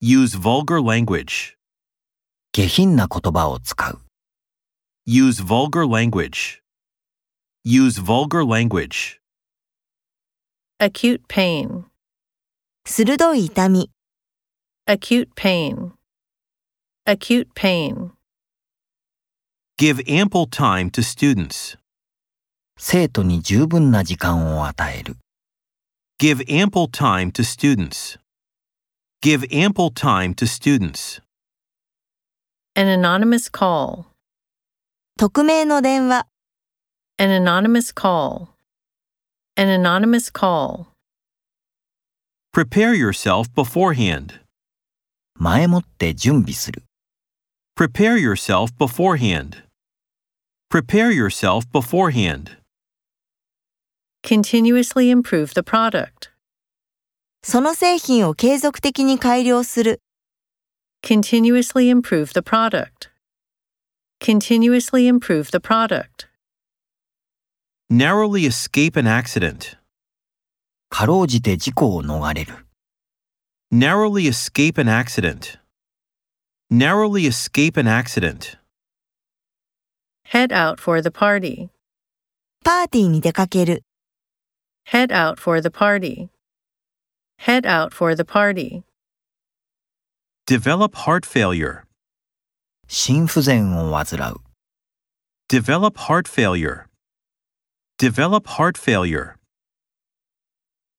Use vulgar language. 下品な言葉を使う。 Use vulgar language. Use vulgar language. acute pain, 鋭い痛み、 acute pain, acute pain, Give ample time to students. 生徒に十分な時間を与える。 Give ample time to students. Give ample time to students. an anonymous call, 匿名の電話、 an anonymous call, an anonymous call, Prepare yourself beforehand. 前もって準備する。 Prepare yourself beforehand. Prepare yourself beforehand. continuously improve the product, その製品を継続的に改良する、 continuously improve the product, continuously improve the product, Narrowly escape an accident. かろうじて事故を逃れる。 Narrowly escape an accident. Narrowly escape an accident. head out for the party, パーティーに出かける、 head out for the party, head out for the party, Develop heart failure. 心不全を患う。 Develop heart failure. Develop heart failure.